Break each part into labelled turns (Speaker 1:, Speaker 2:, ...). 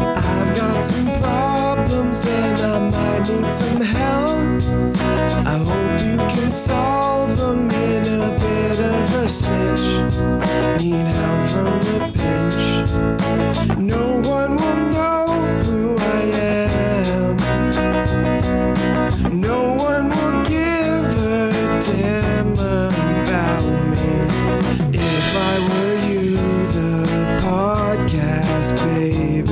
Speaker 1: I've got some problems and I might need some help. I hope you can solve them in a bit of a stitch. Need help from the pinch. No one will know who I am. No one will give a damn about me. If I were you, the podcast, baby.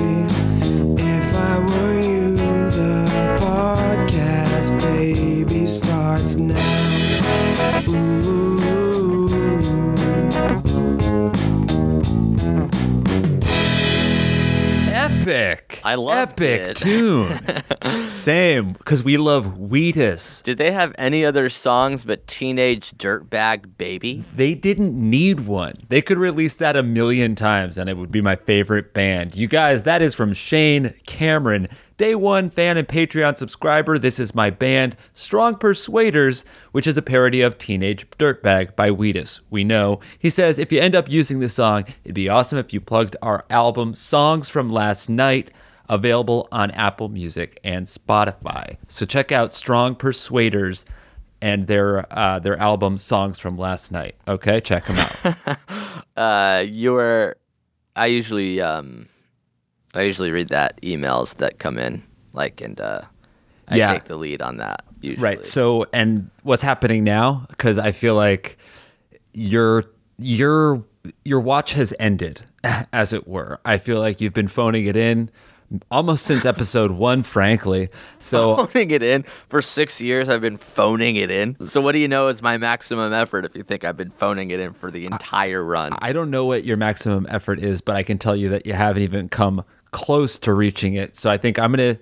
Speaker 1: If I were you, the podcast, baby, starts now. Ooh.
Speaker 2: Epic.
Speaker 3: I loved
Speaker 2: Epic
Speaker 3: it.
Speaker 2: tune. Same, because we love Wheatus.
Speaker 3: Did they have any other songs but Teenage Dirtbag Baby?
Speaker 2: They didn't need one. They could release that a million times and it would be my favorite band. You guys, that is from Shane Cameron, day one fan and Patreon subscriber. This is my band, Strong Persuaders, which is a parody of Teenage Dirtbag by Wheatus. We know. He says, if you end up using this song, it'd be awesome if you plugged our album, Songs from Last Night available on Apple Music and Spotify. So check out Strong Persuaders and their uh, their album Songs from Last Night. Okay, check them out.
Speaker 3: Uh, you're. I usually um, I usually read that emails that come in, like, and uh, I
Speaker 2: Yeah.
Speaker 3: take the lead on that. Usually.
Speaker 2: right. So and what's happening now? Because I feel like your your your watch has ended, as it were. I feel like you've been phoning it in almost since episode one, frankly. So
Speaker 3: phoning it in for six years. I've been phoning it in. So what do you know is my maximum effort? If you think I've been phoning it in for the entire run,
Speaker 2: I don't know what your maximum effort is, but I can tell you that you haven't even come close to reaching it. So I think I'm gonna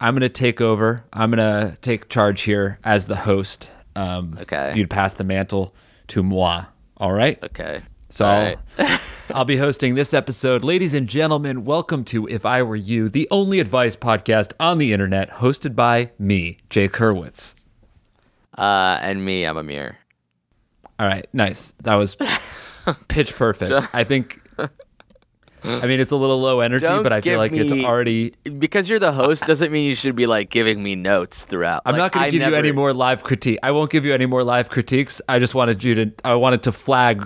Speaker 2: I'm gonna take over. I'm gonna take charge here as the host. Um,
Speaker 3: Okay.
Speaker 2: You'd pass the mantle to moi. All right.
Speaker 3: okay.
Speaker 2: So
Speaker 3: All
Speaker 2: I'll,
Speaker 3: right.
Speaker 2: I'll be hosting this episode. Ladies and gentlemen, welcome to If I Were You, the only advice podcast on the internet, hosted by me, Jay Kerwitz.
Speaker 3: Uh, and me, I'm a mirror.
Speaker 2: All right, nice. That was pitch perfect. I think. I mean, it's a little low energy,
Speaker 3: Don't
Speaker 2: but I
Speaker 3: give
Speaker 2: feel like it's
Speaker 3: me-
Speaker 2: already.
Speaker 3: Because you're the host doesn't mean you should be like giving me notes throughout.
Speaker 2: I'm not going to give you any more live critique. I won't give you any more live critiques. I just wanted you to. I wanted to flag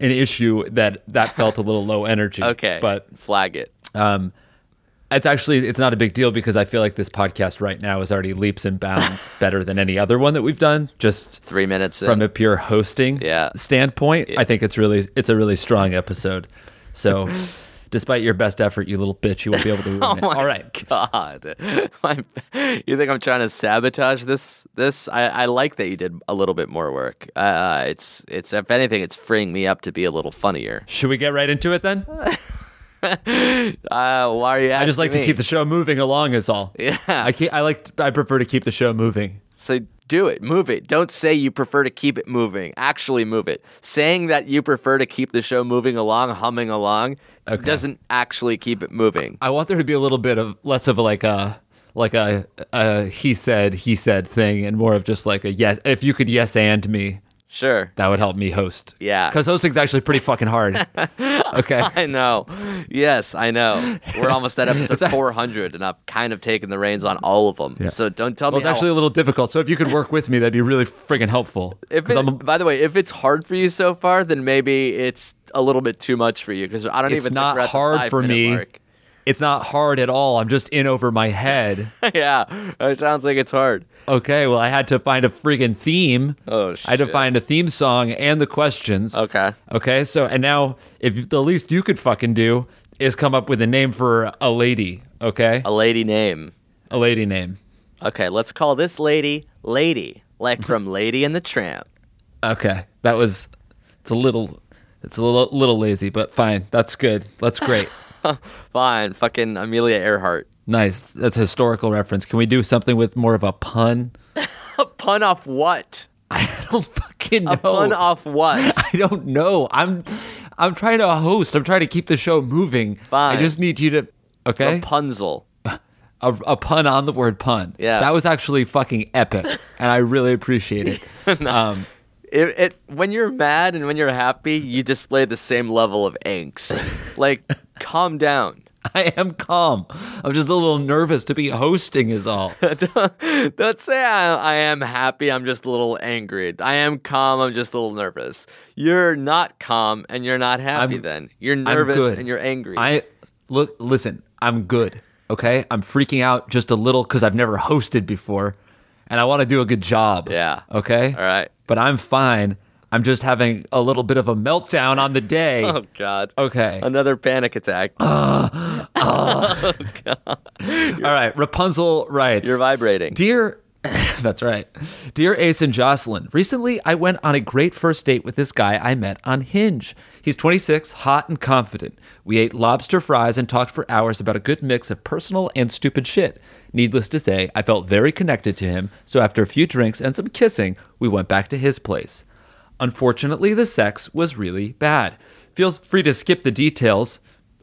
Speaker 2: an issue that that felt a little low energy.
Speaker 3: Okay,
Speaker 2: but
Speaker 3: flag it.
Speaker 2: it's actually it's not a big deal because I feel like this podcast right now is already leaps and bounds better than any other one that we've done. Just
Speaker 3: Three minutes in.
Speaker 2: from a pure hosting
Speaker 3: uh, Yeah.
Speaker 2: s- standpoint, I think it's really it's a really strong episode. So, despite your best effort, you little bitch, you won't be able to ruin
Speaker 3: Oh
Speaker 2: it. All right,
Speaker 3: God, My- you think I'm trying to sabotage this? This I, I like that you did a little bit more work. Uh, it's it's if anything, it's freeing me up to be a little funnier.
Speaker 2: should we get right into it then?
Speaker 3: Uh, why are you? Asking
Speaker 2: I just like to
Speaker 3: Oh, me?
Speaker 2: keep the show moving along, is all.
Speaker 3: Yeah.
Speaker 2: I can I like I prefer to keep the show moving.
Speaker 3: So do it, move it. Don't say you prefer to keep it moving. Actually, move it. Saying that you prefer to keep the show moving along, humming along, doesn't actually keep it moving.
Speaker 2: I want there to be a little bit of less of like a like a, a he said he said thing, and more of just like a yes. If you could yes and me,
Speaker 3: Sure.
Speaker 2: that would help me host.
Speaker 3: Yeah.
Speaker 2: because hosting's actually pretty fucking hard. okay.
Speaker 3: I know. Yes, I know. We're almost at episode 400, and I've kind of taken the reins on all of them. So don't tell
Speaker 2: Well,
Speaker 3: me.
Speaker 2: it's
Speaker 3: how-
Speaker 2: actually a little difficult. So if you could work with me, that'd be really friggin' helpful.
Speaker 3: if
Speaker 2: 'Cause
Speaker 3: it,
Speaker 2: I'm a-
Speaker 3: by the way, if it's hard for you so far, then maybe it's a little bit too much for you because I don't
Speaker 2: It's
Speaker 3: even. think
Speaker 2: not
Speaker 3: we're at the
Speaker 2: hard
Speaker 3: five
Speaker 2: for
Speaker 3: minute
Speaker 2: me.
Speaker 3: mark.
Speaker 2: it's not hard at all. I'm just in over my head.
Speaker 3: yeah, it sounds like it's hard.
Speaker 2: okay, well, I had to find a friggin' theme.
Speaker 3: Oh,
Speaker 2: I had to
Speaker 3: shit.
Speaker 2: find a theme song and the questions.
Speaker 3: Okay.
Speaker 2: Okay, so, and now if the least you could fucking do is come up with a name for a lady, okay?
Speaker 3: A lady name.
Speaker 2: A lady name.
Speaker 3: Okay, let's call this lady Lady, like from Lady and the Tramp.
Speaker 2: Okay, that was, it's a little, it's a little, little lazy, but fine. That's good. That's great.
Speaker 3: Fine, fucking Amelia Earhart.
Speaker 2: Nice. That's a historical reference. Can we do something with more of a pun?
Speaker 3: A pun off what?
Speaker 2: I don't fucking know.
Speaker 3: A pun off what?
Speaker 2: I don't know. I'm I'm trying to host. I'm trying to keep the show moving.
Speaker 3: Fine.
Speaker 2: I just need you to okay.
Speaker 3: Rapunzel.
Speaker 2: A, a pun on the word pun.
Speaker 3: Yeah.
Speaker 2: That was actually fucking epic, and I really appreciate it. um,
Speaker 3: It, it when you're mad and when you're happy, you display the same level of angst. Like, calm down.
Speaker 2: I am calm. I'm just a little nervous to be hosting. Is all.
Speaker 3: Don't say I, I am happy. I'm just a little angry. I am calm. I'm just a little nervous. You're not calm and you're not happy.
Speaker 2: I'm-
Speaker 3: then you're
Speaker 2: I'm
Speaker 3: nervous
Speaker 2: good.
Speaker 3: and you're angry.
Speaker 2: I look. Listen, I'm good. Okay, I'm freaking out just a little because I've never hosted before, and I want to do a good job.
Speaker 3: Yeah.
Speaker 2: Okay.
Speaker 3: All right.
Speaker 2: But I'm fine. I'm just having a little bit of a meltdown on the day.
Speaker 3: Oh God.
Speaker 2: Okay.
Speaker 3: Another panic attack.
Speaker 2: All right. Rapunzel writes.
Speaker 3: You're vibrating.
Speaker 2: Dear, that's right. Dear Ace and Jocelyn, recently I went on a great first date with this guy I met on Hinge. He's 26, hot and confident. We ate lobster fries and talked for hours about a good mix of personal and stupid shit. Needless to say, I felt very connected to him, so after a few drinks and some kissing, we went back to his place. Unfortunately, the sex was really bad. Feel free to skip the details.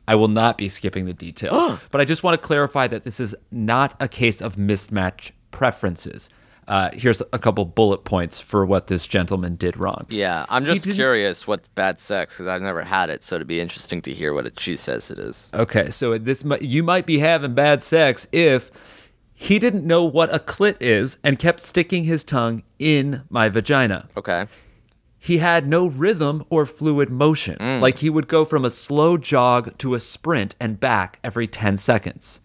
Speaker 2: I will not be skipping the details, but I just want to clarify that this is not a case of mismatch preferences. Uh, here's a couple bullet points for what this gentleman did wrong.
Speaker 3: yeah, I'm
Speaker 2: He
Speaker 3: just
Speaker 2: didn't-
Speaker 3: curious what bad sex because I've never had it, so it'd be interesting to hear what it, she says it is.
Speaker 2: Okay, so this mi- you might be having bad sex if he didn't know what a clit is and kept sticking his tongue in my vagina.
Speaker 3: Okay.
Speaker 2: he had no rhythm or fluid motion. Like he would go from a slow jog to a sprint and back every 10 seconds.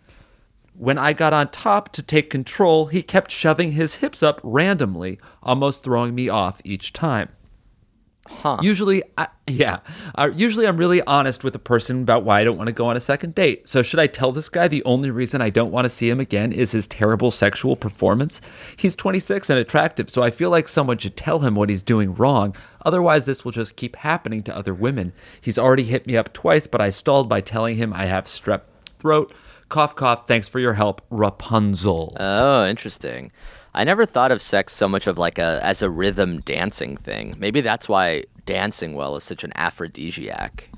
Speaker 2: When I got on top to take control, he kept shoving his hips up randomly, almost throwing me off each time. Usually, I, yeah. Uh, usually, I'm really honest with a person about why I don't want to go on a second date. So, should I tell this guy the only reason I don't want to see him again is his terrible sexual performance? He's 26 and attractive, so I feel like someone should tell him what he's doing wrong. Otherwise, this will just keep happening to other women. He's already hit me up twice, but I stalled by telling him I have strep throat. Cough, cough. Thanks for your help, Rapunzel.
Speaker 3: Oh, interesting. I never thought of sex so much of like a as a rhythm dancing thing. Maybe that's why dancing well is such an aphrodisiac.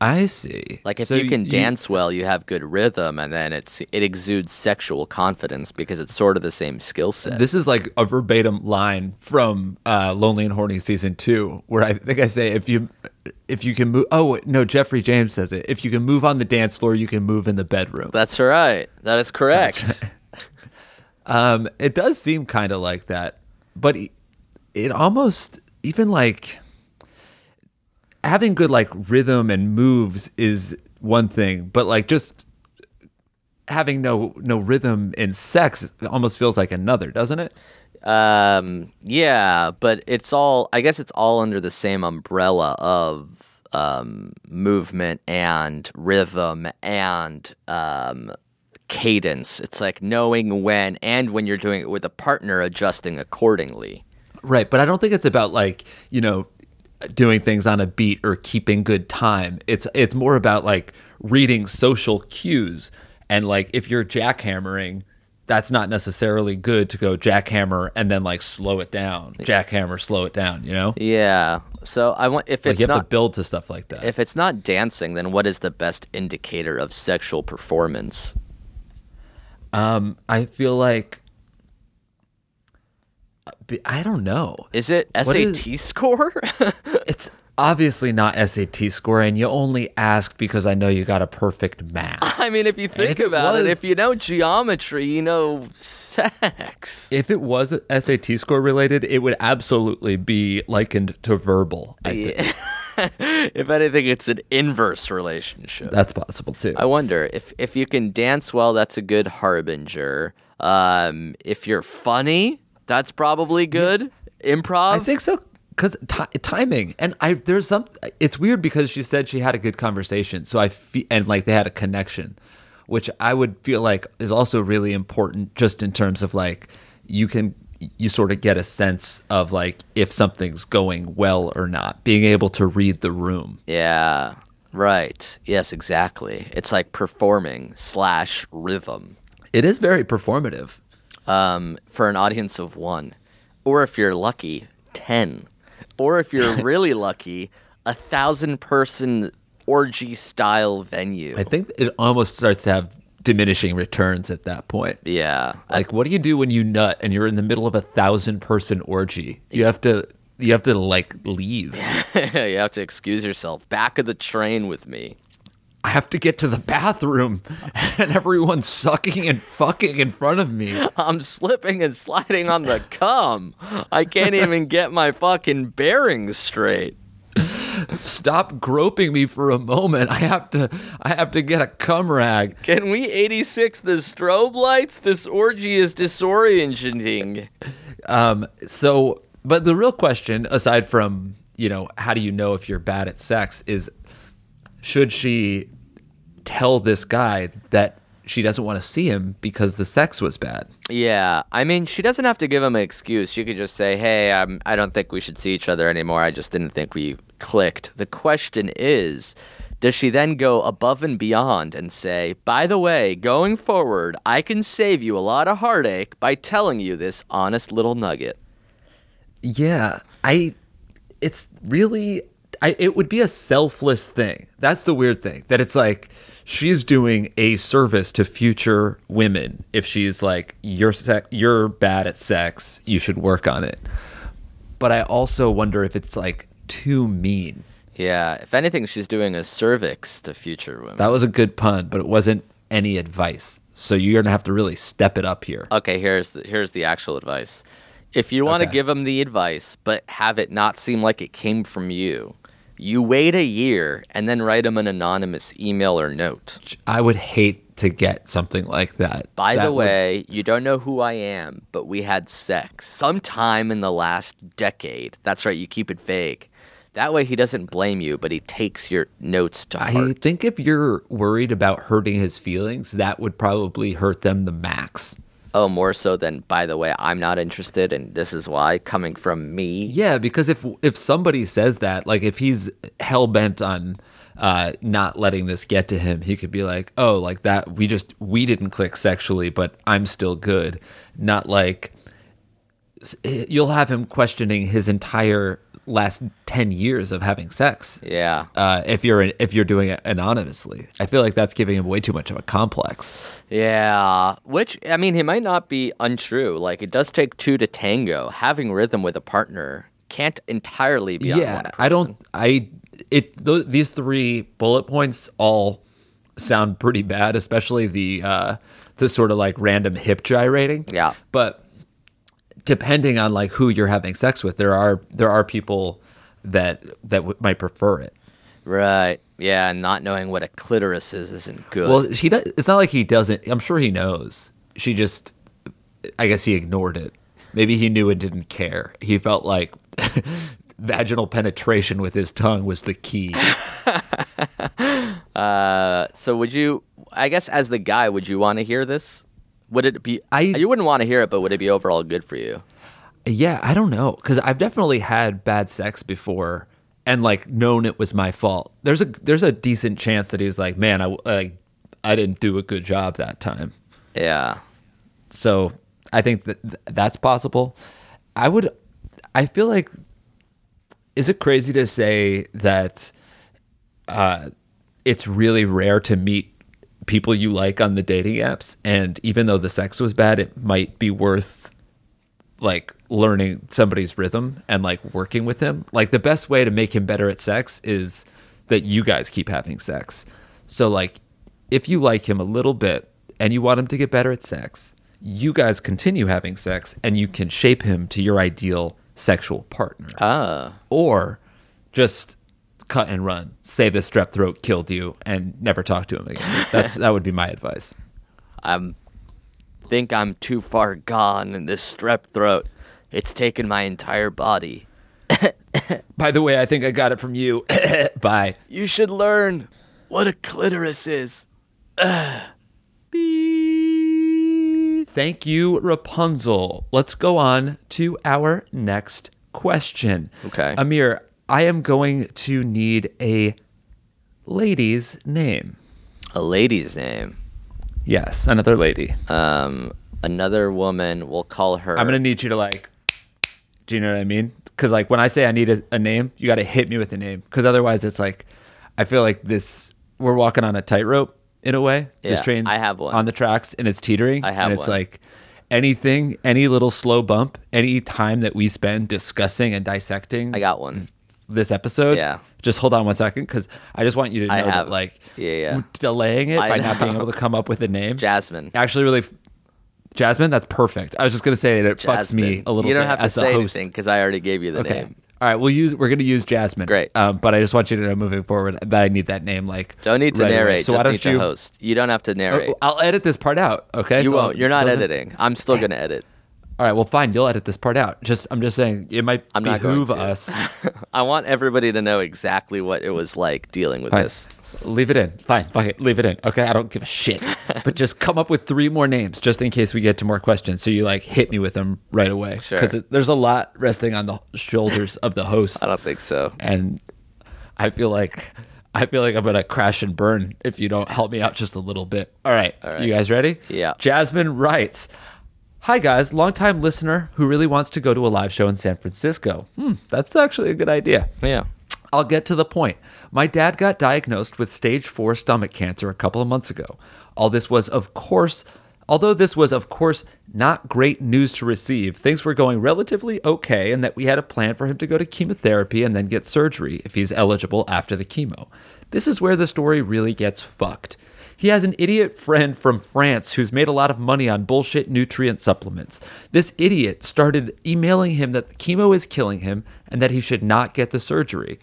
Speaker 2: I see.
Speaker 3: Like if
Speaker 2: So
Speaker 3: you can dance well, you have good rhythm, and then it's it exudes sexual confidence because it's sort of the same skill set.
Speaker 2: This is like a verbatim line from uh, Lonely and Horny season two, where I think I say, "If you, if you can move." Oh no, Jeffrey James says it. If you can move on the dance floor, you can move in the bedroom.
Speaker 3: That's right. That is correct.
Speaker 2: Um, it does seem kind of like that, but it- it almost even like having good like rhythm and moves is one thing, but like just having no no rhythm in sex almost feels like another, doesn't it?
Speaker 3: Um, yeah, but it's all. I guess it's all under the same umbrella of um, movement and rhythm and um, cadence. It's like knowing when and when you're doing it with a partner, adjusting accordingly.
Speaker 2: Right, but I don't think it's about like, you know, doing things on a beat or keeping good time. It's it's more about like reading social cues and like if you're jackhammering, that's not necessarily good to go jackhammer and then like slow it down. Jackhammer, slow it down, you know?
Speaker 3: Yeah. So I want if
Speaker 2: Like
Speaker 3: it's
Speaker 2: you have to
Speaker 3: not
Speaker 2: build to stuff like that.
Speaker 3: if it's not dancing, then what is the best indicator of sexual performance?
Speaker 2: um I feel like uh, I don't know.
Speaker 3: Is it
Speaker 2: What is-
Speaker 3: SAT score?
Speaker 2: It's obviously not SAT score and you only asked because I know you got a perfect math.
Speaker 3: I mean, if you think
Speaker 2: if it
Speaker 3: about it,
Speaker 2: was-
Speaker 3: if you know geometry, you know sex.
Speaker 2: If it was SAT score related, it would absolutely be likened to verbal. I think
Speaker 3: if anything, it's an inverse relationship.
Speaker 2: that's possible too.
Speaker 3: I wonder if if you can dance well, that's a good harbinger. Um, if you're funny, that's probably good. Improv.
Speaker 2: I think so because ti timing and I there's some. It's weird because she said she had a good conversation, so I fe- and like they had a connection, which I would feel like is also really important just in terms of like you can you sort of get a sense of like if something's going well or not, being able to read the room.
Speaker 3: Yeah. Right. Yes, exactly. It's like performing slash rhythm
Speaker 2: It is very performative.
Speaker 3: um, for an audience of one, or if you're lucky, 10, or if you're really lucky, a thousand person orgy style venue.
Speaker 2: I think it almost starts to have diminishing returns at that point.
Speaker 3: yeah.
Speaker 2: Like, what do you do when you nut and you're in the middle of a thousand person orgy? You have to, you have to like leave.
Speaker 3: you have to excuse yourself. Back of the train with me.
Speaker 2: I have to get to the bathroom, and everyone's sucking and fucking in front of me.
Speaker 3: I'm slipping and sliding on the cum. I can't even get my fucking bearings straight.
Speaker 2: Stop groping me for a moment. I have to, I have to get a cum rag.
Speaker 3: Can we 86 the strobe lights? This orgy is disorienting.
Speaker 2: So, but the real question, aside from you know, how do you know if you're bad at sex? Is should she tell this guy that she doesn't want to see him because the sex was bad?
Speaker 3: Yeah, I mean, she doesn't have to give him an excuse. She could just say, "Hey, um, I don't think we should see each other anymore. I just didn't think we clicked." The question is, does she then go above and beyond and say, "By the way, going forward, I can save you a lot of heartache by telling you this honest little nugget."
Speaker 2: Yeah, I. It's really. I, it would be a selfless thing. That's the weird thing. That it's like she's doing a service to future women if she's like you're sec- you're bad at sex, you should work on it. But I also wonder if it's like too mean.
Speaker 3: Yeah, if anything, she's doing a cervix to future women.
Speaker 2: That was a good pun, but it wasn't any advice. So you're gonna have to really step it up here.
Speaker 3: okay here's the, here's the actual advice if you want to
Speaker 2: Okay.
Speaker 3: give them the advice but have it not seem like it came from you you wait a year and then write them an anonymous email or note
Speaker 2: I would hate to get something like that.
Speaker 3: by
Speaker 2: That
Speaker 3: the
Speaker 2: would-
Speaker 3: way you don't know who i am but we had sex sometime in the last decade that's right you keep it vague that way he doesn't blame you but he takes your notes to
Speaker 2: I
Speaker 3: heart
Speaker 2: think if you're worried about hurting his feelings, that would probably hurt them the max.
Speaker 3: oh more so than by the way i'm not interested and this is why coming from me
Speaker 2: Yeah, because if if somebody says that, like if he's hell bent on uh, not letting this get to him, he could be like, "Oh, like that. We just we didn't click sexually, but I'm still good." Not like s- eh, you'll have him questioning his entire last ten years of having sex.
Speaker 3: yeah
Speaker 2: Uh, if you're if you're doing it anonymously, I feel like that's giving him way too much of a complex.
Speaker 3: Yeah, which I mean, he might not be untrue. Like it does take two to tango. Having rhythm with a partner can't entirely be. on one
Speaker 2: I don't.
Speaker 3: person.
Speaker 2: I it th- these three bullet points all sound pretty bad, especially the uh, the sort of like random hip gyrating.
Speaker 3: Yeah.
Speaker 2: but depending on like who you're having sex with, there are there are people that that w- might prefer it.
Speaker 3: Right. Yeah, and not knowing what a clitoris is isn't good.
Speaker 2: Well, she does. It's not like he doesn't. I'm sure he knows. She just, I guess he ignored it. Maybe he knew and didn't care. He felt like vaginal penetration with his tongue was the key.
Speaker 3: so would you? I guess as the guy, would you want to hear this? Would it be?
Speaker 2: I-
Speaker 3: you wouldn't want to hear it, but would it be overall good for you?
Speaker 2: Yeah, I don't know because I've definitely had bad sex before and like known it was my fault. There's a there's a decent chance that he's like, man, I I, I didn't do a good job that time.
Speaker 3: Yeah.
Speaker 2: So I think that th- that's possible. I would. I feel like. Is it crazy to say that uh, it's really rare to meet people you like on the dating apps, and even though the sex was bad, it might be worth like learning somebody's rhythm and like working with him. Like the best way to make him better at sex is that you guys keep having sex. So like if you like him a little bit and you want him to get better at sex, you guys continue having sex and you can shape him to your ideal sexual partner.
Speaker 3: Ah.
Speaker 2: Or just cut and run. Say the strep throat killed you and never talk to him again. That's that would be my advice.
Speaker 3: I'm think I'm too far gone in this strep throat. It's taken my entire body.
Speaker 2: By the way, I think I got it from you. Bye.
Speaker 3: You should learn what a clitoris is.
Speaker 2: Thank you, Rapunzel. Let's go on to our next question.
Speaker 3: Okay.
Speaker 2: Amir, I am going to need a lady's name?
Speaker 3: A lady's name.
Speaker 2: Yes, another lady.
Speaker 3: Um, another woman. We'll call her.
Speaker 2: I'm gonna need you to like. Do you know what I mean? Because like when I say I need a, a name, you got to hit me with a name. Because otherwise, it's like I feel like this. We're walking on a tightrope in a way. this
Speaker 3: Yeah,
Speaker 2: train's
Speaker 3: I have one.
Speaker 2: on the tracks and it's teetering.
Speaker 3: I have
Speaker 2: And it's
Speaker 3: one.
Speaker 2: like anything, any little slow bump, any time that we spend discussing and dissecting
Speaker 3: I got one.
Speaker 2: this episode.
Speaker 3: Yeah.
Speaker 2: Just hold on one second because I just want you to know
Speaker 3: I have-
Speaker 2: that like
Speaker 3: yeah, yeah.
Speaker 2: w- delaying it
Speaker 3: I
Speaker 2: by not
Speaker 3: know.
Speaker 2: being able to come up with a name.
Speaker 3: Jasmine.
Speaker 2: actually really Jasmine, that's perfect. I was just gonna say that it fucks me
Speaker 3: Jasmine.
Speaker 2: a little
Speaker 3: You don't
Speaker 2: bit
Speaker 3: have to
Speaker 2: as the
Speaker 3: say
Speaker 2: host.
Speaker 3: anything because I already gave you the
Speaker 2: okay.
Speaker 3: name.
Speaker 2: All right, we'll use we're gonna use Jasmine.
Speaker 3: Great.
Speaker 2: Um, but I just want you to know moving forward that I need that name like
Speaker 3: Don't need to
Speaker 2: right away.
Speaker 3: narrate.
Speaker 2: So
Speaker 3: just
Speaker 2: why don't
Speaker 3: need
Speaker 2: you
Speaker 3: to host. You don't have to narrate.
Speaker 2: Oh, I'll edit this part out, okay?
Speaker 3: you
Speaker 2: So
Speaker 3: won't. You're not
Speaker 2: doesn't-
Speaker 3: editing. I'm still gonna edit.
Speaker 2: All right, well fine, you'll edit this part out. Just I'm just saying it might
Speaker 3: I'm not going
Speaker 2: behoove
Speaker 3: to.
Speaker 2: us.
Speaker 3: I want everybody to know exactly what it was like dealing with
Speaker 2: Fine.
Speaker 3: this.
Speaker 2: Leave it in. Fine. Fuck it. Leave it in. Okay. I don't give a shit. but just come up with three more names just in case we get to more questions. So you like hit me with them right away.
Speaker 3: Sure.
Speaker 2: Because there's a lot resting on the shoulders of the host.
Speaker 3: I don't think so.
Speaker 2: and I feel like. I feel like I'm gonna crash and burn if you don't help me out just a little bit. All right, you guys ready?
Speaker 3: Yeah.
Speaker 2: Jasmine writes, "Hi guys, longtime listener who really wants to go to a live show in San Francisco. Hmm, that's actually a good idea.
Speaker 3: Yeah.
Speaker 2: I'll get to the point. My dad got diagnosed with stage four stomach cancer a couple of months ago. All this was, of course, although this was, of course, not great news to receive, things were going relatively okay, and that we had a plan for him to go to chemotherapy and then get surgery if he's eligible after the chemo. This is where the story really gets fucked. He has an idiot friend from France who's made a lot of money on bullshit nutrient supplements. This idiot started emailing him that the chemo is killing him and that he should not get the surgery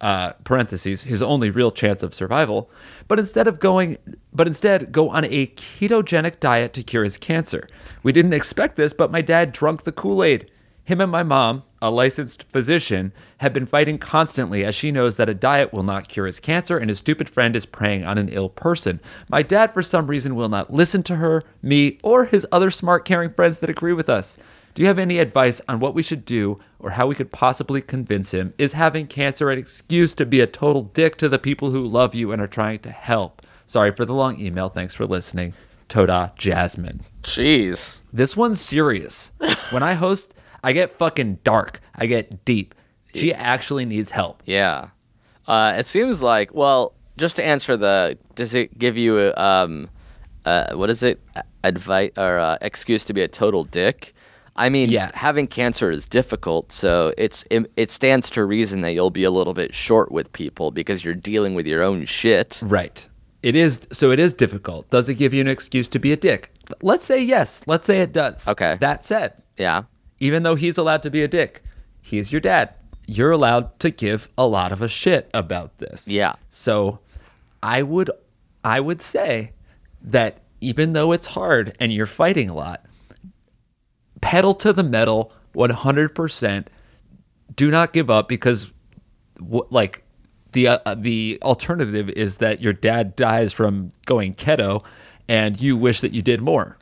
Speaker 2: uh, parentheses his only real chance of survival but instead of going but instead go on a ketogenic diet to cure his cancer we didn't expect this but my dad drunk the kool-aid him and my mom a licensed physician have been fighting constantly as she knows that a diet will not cure his cancer and his stupid friend is preying on an ill person my dad for some reason will not listen to her me or his other smart caring friends that agree with us do you have any advice on what we should do or how we could possibly convince him? Is having cancer an excuse to be a total dick to the people who love you and are trying to help? Sorry for the long email. Thanks for listening. Toda Jasmine.
Speaker 3: Jeez.
Speaker 2: This one's serious. When I host, I get fucking dark. I get deep. She actually needs help.
Speaker 3: Yeah. Uh, it seems like, well, just to answer the, does it give you, um, uh, what is it, advice or uh, excuse to be a total dick? I mean,
Speaker 2: Yeah.
Speaker 3: having cancer is difficult, so it's it, it stands to reason that you'll be a little bit short with people because you're dealing with your own shit.
Speaker 2: Right. It is so it is difficult. Does it give you an excuse to be a dick? Let's say yes. Let's say it does.
Speaker 3: Okay.
Speaker 2: That said,
Speaker 3: Yeah.
Speaker 2: even though he's allowed to be a dick, he's your dad. You're allowed to give a lot of a shit about this.
Speaker 3: Yeah.
Speaker 2: So I would I would say that even though it's hard and you're fighting a lot, pedal to the metal 100%. Do not give up because wh- like the uh, the alternative is that your dad dies from going keto and you wish that you did more.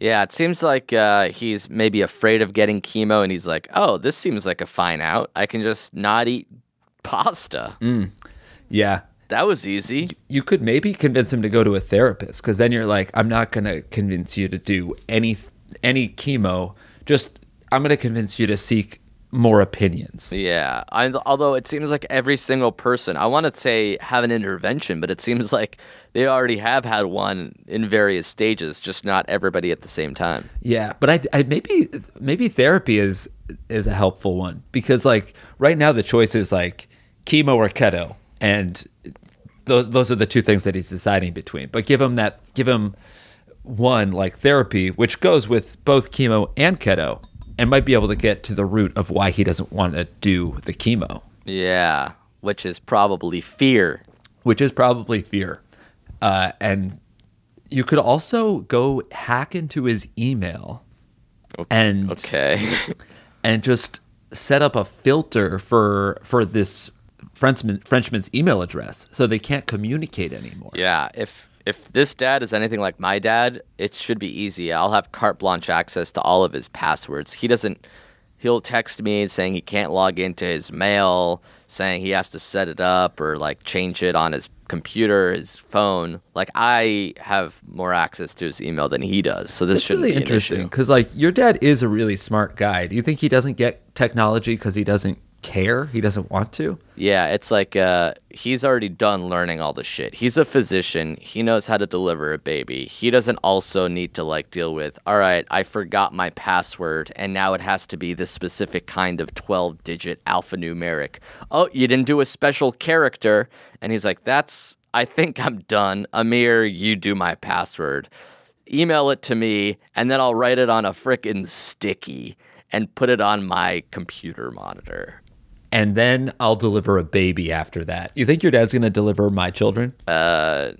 Speaker 3: Yeah, it seems like uh, he's maybe afraid of getting chemo, and he's like, "Oh, this seems like a fine out. I can just not eat pasta.
Speaker 2: Yeah.
Speaker 3: That was easy."
Speaker 2: you could maybe convince him to go to a therapist because then you're like, I'm not gonna convince you to do any any chemo. Just I'm gonna convince you to seek more opinions.
Speaker 3: Yeah. I, although it seems like every single person, I want to say have an intervention, but it seems like they already have had one in various stages, just not everybody at the same time.
Speaker 2: Yeah, but I, I maybe maybe therapy is is a helpful one because like right now the choice is like chemo or keto, and those those are the two things that he's deciding between. But give him that give him one like therapy, which goes with both chemo and keto, and might be able to get to the root of why he doesn't want to do the chemo,
Speaker 3: Yeah, which is probably fear.
Speaker 2: which is probably fear, uh, and you could also go hack into his email. And
Speaker 3: Okay.
Speaker 2: and just set up a filter for for this Frenchman, Frenchman's email address, so they can't communicate anymore.
Speaker 3: yeah, if if this dad is anything like my dad, it should be easy. I'll have carte blanche access to all of his passwords. He doesn't he'll text me saying he can't log into his mail, saying he has to set it up or like change it on his computer, his phone. Like I have more access to his email than he does, so this
Speaker 2: It's
Speaker 3: shouldn't
Speaker 2: really
Speaker 3: be an
Speaker 2: interesting
Speaker 3: issue.
Speaker 2: because, like, your dad is a really smart guy. Do you think he doesn't get technology because he doesn't care? He doesn't want to?
Speaker 3: Yeah, it's like uh, he's already done learning all the shit. He's a physician. He knows how to deliver a baby. He doesn't also need to like deal with, all right, I forgot my password and now it has to be this specific kind of 12 digit alphanumeric. Oh, you didn't do a special character. And he's like, that's, I think I'm done. Amir, you do my password. Email it to me and then I'll write it on a frickin' sticky and put it on my computer monitor.
Speaker 2: And then I'll deliver a baby after that. You think your dad's going to deliver my children?
Speaker 3: Uh.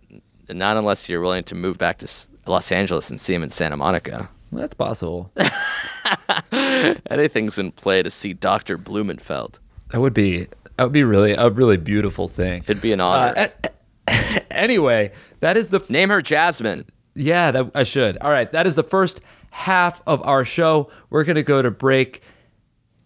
Speaker 3: Not unless you're willing to move back to S- Los Angeles and see him in Santa Monica.
Speaker 2: That's possible.
Speaker 3: Anything's in play to see Dr. Blumenfeld.
Speaker 2: That would be that would be really a really beautiful thing.
Speaker 3: It'd be an honor.
Speaker 2: Anyway, that is the
Speaker 3: Name her Jasmine.
Speaker 2: yeah that I should. All right, that is the first half of our show. We're gonna go to break.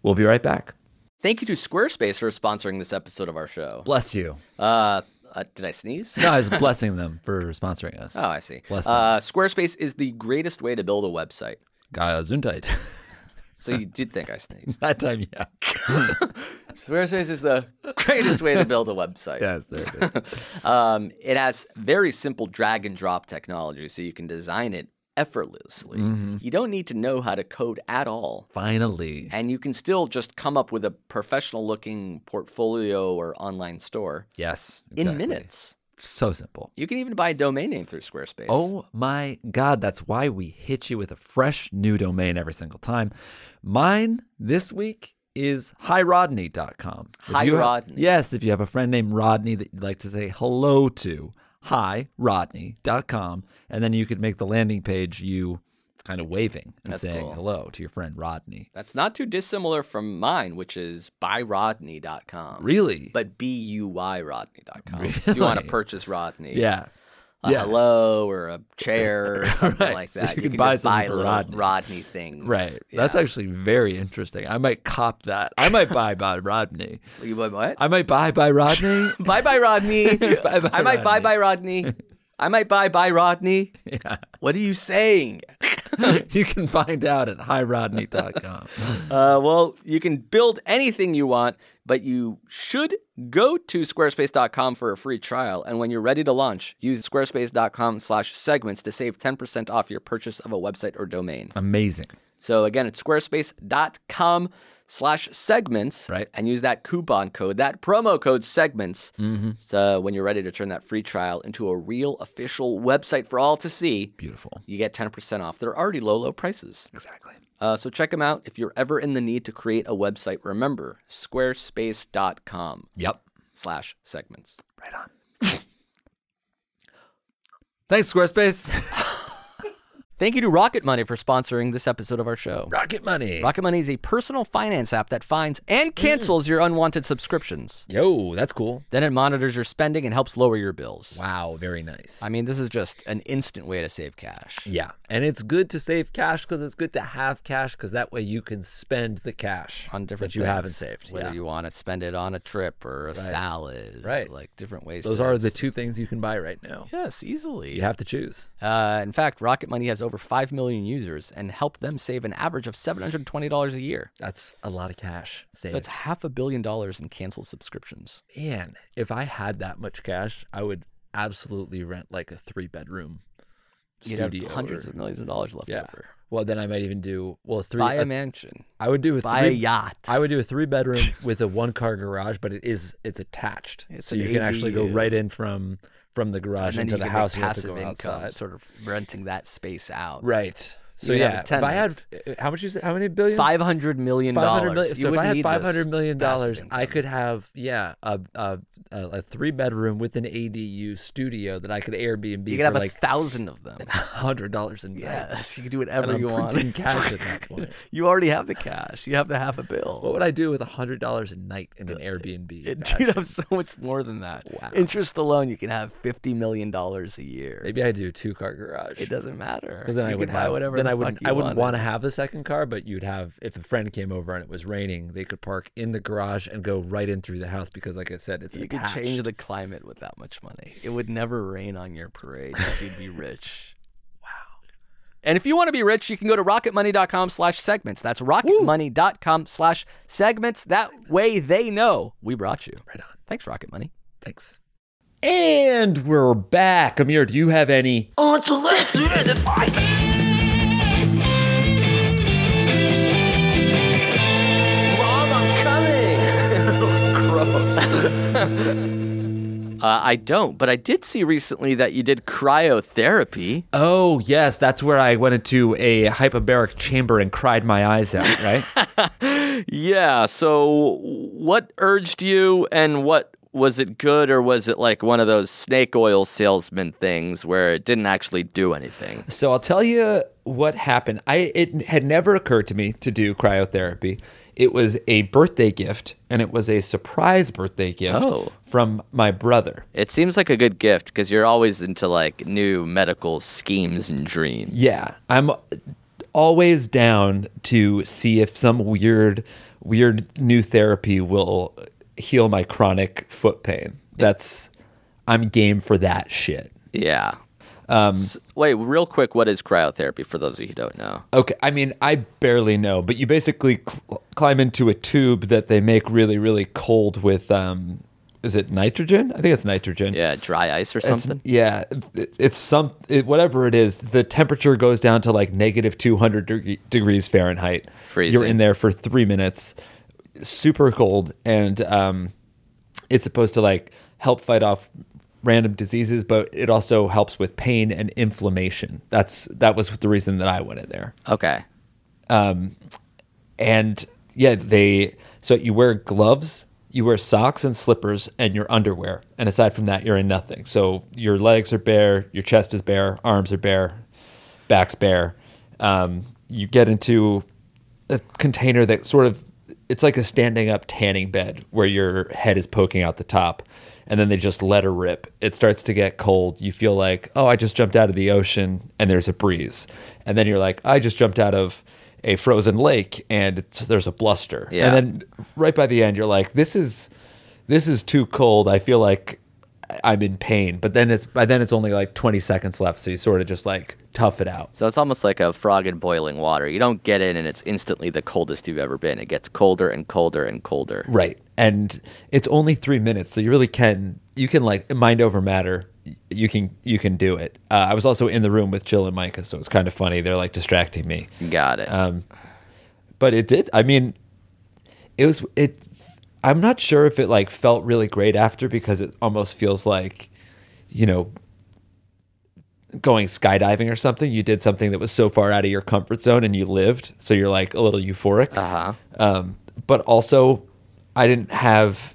Speaker 2: We'll be right back.
Speaker 3: Thank you to Squarespace for sponsoring this episode of our show.
Speaker 2: Bless you.
Speaker 3: Uh, uh, did I sneeze?
Speaker 2: No, I was blessing them for sponsoring us.
Speaker 3: Oh, I see.
Speaker 2: Bless them.
Speaker 3: Uh, Squarespace is the greatest way to build a website.
Speaker 2: Uh, Gesundheit.
Speaker 3: So you did think I sneezed.
Speaker 2: that time, yeah.
Speaker 3: Squarespace is the greatest way to build a website.
Speaker 2: Yes, there it is.
Speaker 3: Um, it has very simple drag and drop technology, so you can design it effortlessly. You don't need to know how to code at all.
Speaker 2: Finally.
Speaker 3: And you can still just come up with a professional looking portfolio or online store
Speaker 2: Yes.
Speaker 3: in
Speaker 2: exactly.
Speaker 3: minutes.
Speaker 2: So simple.
Speaker 3: You can even buy a domain name through Squarespace.
Speaker 2: Oh my God, that's why we hit you with a fresh new domain every single time. Mine this week is hirodney.com. If you have-
Speaker 3: Hirodney.
Speaker 2: Yes, if you have a friend named Rodney that you'd like to say hello to, hirodney.com. And then you could make the landing page you kind of waving and
Speaker 3: That's
Speaker 2: saying
Speaker 3: cool.
Speaker 2: hello to your friend Rodney.
Speaker 3: That's not too dissimilar from mine, which is buyrodney.com.
Speaker 2: Really?
Speaker 3: But B U Y Rodney.com. If you want to
Speaker 2: Really?
Speaker 3: purchase Rodney.
Speaker 2: yeah.
Speaker 3: a
Speaker 2: yeah.
Speaker 3: hello or a chair or something
Speaker 2: Right,
Speaker 3: like
Speaker 2: so
Speaker 3: that.
Speaker 2: you can buy
Speaker 3: just
Speaker 2: something
Speaker 3: buy
Speaker 2: for
Speaker 3: little
Speaker 2: Rodney.
Speaker 3: Rodney things.
Speaker 2: Right. That's
Speaker 3: Yeah.
Speaker 2: actually very interesting. I might cop that. I might buy by Rodney.
Speaker 3: you buy what?
Speaker 2: I might buy by Rodney.
Speaker 3: bye bye Rodney.
Speaker 2: Bye-bye,
Speaker 3: I might buy
Speaker 2: Rodney.
Speaker 3: bye Rodney. I might buy bye Rodney. What are you saying?
Speaker 2: you can find out at highrodney.com.
Speaker 3: Uh, well, you can build anything you want, but you should go to squarespace.com for a free trial. And when you're ready to launch, use squarespace.com slash segments to save 10% off your purchase of a website or domain.
Speaker 2: Amazing.
Speaker 3: So again, it's squarespace.com slash segments.
Speaker 2: Right.
Speaker 3: And use that coupon code, that promo code segments. So when you're ready to turn that free trial into a real official website for all to see,
Speaker 2: Beautiful.
Speaker 3: you get 10% off. They're already low, low prices.
Speaker 2: Exactly.
Speaker 3: Uh, so check them out. If you're ever in the need to create a website, remember squarespace.com
Speaker 2: Yep.
Speaker 3: slash segments.
Speaker 2: Right on. Thanks, Squarespace.
Speaker 3: Thank you to Rocket Money for sponsoring this episode of our show.
Speaker 2: Rocket money.
Speaker 3: Rocket Money is a personal finance app that finds
Speaker 2: Mm.
Speaker 3: and cancels your unwanted subscriptions.
Speaker 2: Yo, that's cool.
Speaker 3: Then it monitors your spending and helps lower your bills.
Speaker 2: Wow, very nice.
Speaker 3: I mean, this is just an instant way to save cash.
Speaker 2: yeah. And it's good to save cash because it's good to have cash because that way you can spend the cash
Speaker 3: On different
Speaker 2: that you
Speaker 3: things,
Speaker 2: haven't saved.
Speaker 3: Whether
Speaker 2: Yeah.
Speaker 3: you want to spend it on a trip or a salad. or,
Speaker 2: Right.
Speaker 3: Like different ways
Speaker 2: Those
Speaker 3: to
Speaker 2: are the two things you can buy right now.
Speaker 3: Yes, easily.
Speaker 2: You have to choose.
Speaker 3: Uh, in fact, Rocket Money has over 5 million users and helped them save an average of $720 a year.
Speaker 2: That's a lot of cash saved.
Speaker 3: That's half a billion dollars in canceled subscriptions.
Speaker 2: Man, if I had that much cash, I would absolutely rent like a three bedroom
Speaker 3: You'd
Speaker 2: studio.
Speaker 3: have hundreds
Speaker 2: or-
Speaker 3: of millions of dollars left
Speaker 2: yeah.
Speaker 3: over.
Speaker 2: Well, then I might even do well three.
Speaker 3: Buy
Speaker 2: a-
Speaker 3: a mansion.
Speaker 2: I would do a
Speaker 3: Buy
Speaker 2: three,
Speaker 3: a yacht.
Speaker 2: I would do a three bedroom with a one car garage, but it is it's attached,
Speaker 3: It's
Speaker 2: so
Speaker 3: an
Speaker 2: you can actually go
Speaker 3: ADU.
Speaker 2: right in from from the garage
Speaker 3: and then
Speaker 2: into the
Speaker 3: you could
Speaker 2: house.
Speaker 3: make
Speaker 2: you don't have to
Speaker 3: passive
Speaker 2: go
Speaker 3: income,
Speaker 2: outside.
Speaker 3: sort of renting that space out.
Speaker 2: right. So
Speaker 3: You have a
Speaker 2: yeah, if I had uh,
Speaker 3: tenant.
Speaker 2: how much you say, how many billions?
Speaker 3: Five hundred million
Speaker 2: $500
Speaker 3: dollars.
Speaker 2: million. So if I had five hundred million dollars, I could have yeah a a, a, a three bedroom with an ADU studio that I could Airbnb
Speaker 3: You
Speaker 2: for
Speaker 3: could have a
Speaker 2: like
Speaker 3: thousand of them.
Speaker 2: hundred dollars a night.
Speaker 3: Yes, you can do
Speaker 2: and
Speaker 3: whatever
Speaker 2: I'm
Speaker 3: you
Speaker 2: printing
Speaker 3: want.
Speaker 2: cash at that point.
Speaker 3: You already have the cash. You have the half a
Speaker 2: What
Speaker 3: bill.
Speaker 2: would I do with hundred dollars a night in an Airbnb?
Speaker 3: Dude,
Speaker 2: fashion?
Speaker 3: you have so much more than that.
Speaker 2: Wow.
Speaker 3: Interest alone, you can have fifty million dollars a year.
Speaker 2: Maybe I do a two car garage.
Speaker 3: It doesn't matter.
Speaker 2: Because then
Speaker 3: you
Speaker 2: I
Speaker 3: can
Speaker 2: would
Speaker 3: buy
Speaker 2: have,
Speaker 3: whatever.
Speaker 2: Then I wouldn't.
Speaker 4: fuck you
Speaker 2: I wouldn't want
Speaker 4: wanted.
Speaker 2: to have the second car, but you'd have if a friend came over and it was raining, they could park in the garage and go right in through the house because, like I said, it's
Speaker 4: You could
Speaker 2: attached.
Speaker 4: change the climate with that much money. It would never rain on your parade. 'cause You'd be rich. And if you want to be rich, you can go to rocketmoney.com slash segments. That's rocketmoney.com slash segments. That way they know we brought you. Right on. Thanks, Rocket Money.
Speaker 2: Thanks. And we're back. Amir, do you have any?
Speaker 3: Mom, I'm coming. Gross. uh, I don't, but I did see recently that you did cryotherapy.
Speaker 2: Oh yes, that's where I went into a hyperbaric chamber and cried my eyes out. Right.
Speaker 3: Yeah. So, what urged you, and what was it good, or was it like one of those snake oil salesman things where it didn't actually do anything?
Speaker 2: So I'll tell you what happened. I it had never occurred to me to do cryotherapy. It was a birthday gift, and it was a surprise birthday gift
Speaker 3: Oh.
Speaker 2: from my brother.
Speaker 3: It seems like a good gift because you're always into like new medical schemes and dreams.
Speaker 2: Yeah, I'm always down to see if some weird, weird new therapy will heal my chronic foot pain. That's I'm game for that shit.
Speaker 3: Yeah.
Speaker 2: Um,
Speaker 3: S- wait, real quick, what is cryotherapy for those of you who don't know?
Speaker 2: Okay, I mean, I barely know, but you basically cl- climb into a tube that they make really, really cold with, um, is it nitrogen? I think it's nitrogen.
Speaker 3: Yeah, dry ice or
Speaker 2: It's-
Speaker 3: something?
Speaker 2: yeah, it- it's some it, whatever it is. The temperature goes down to like negative two hundred deg- degrees Fahrenheit. You're
Speaker 3: Freezing.
Speaker 2: in there for three minutes, super cold, and um, it's supposed to like help fight off random diseases, but it also helps with pain and inflammation. That's that was the reason that I went in there
Speaker 3: Okay.
Speaker 2: and yeah, they so you wear gloves, you wear socks and slippers, and your underwear. And aside from that, you're in nothing. So your legs are bare, your chest is bare, arms are bare, back's bare. Um, you get into a container that sort of it's like a standing up tanning bed where your head is poking out the top and then they just let her rip it starts to get cold you feel like oh i just jumped out of the ocean and there's a breeze and then you're like i just jumped out of a frozen lake and it's, there's a bluster
Speaker 3: Yeah.
Speaker 2: and then right by the end you're like this is this is too cold i feel like i'm in pain but then it's by then it's only like 20 seconds left so you sort of just like tough it out
Speaker 3: So it's almost like a frog in boiling water. You don't get in and it's instantly the coldest you've ever been. It gets colder and colder and colder.
Speaker 2: Right. And it's only three minutes, so you really can you can like mind over matter. You can you can do it. Uh, I was also in the room with Jill and Micah, so it's kind of funny. They're like distracting me,
Speaker 3: Got it.
Speaker 2: but it did. I mean, it was it. I'm not sure if it like felt really great after because it almost feels like, you know, going skydiving or something. You did something that was so far out of your comfort zone and you lived, so you're like a little euphoric. Uh huh. Um, but also, I didn't have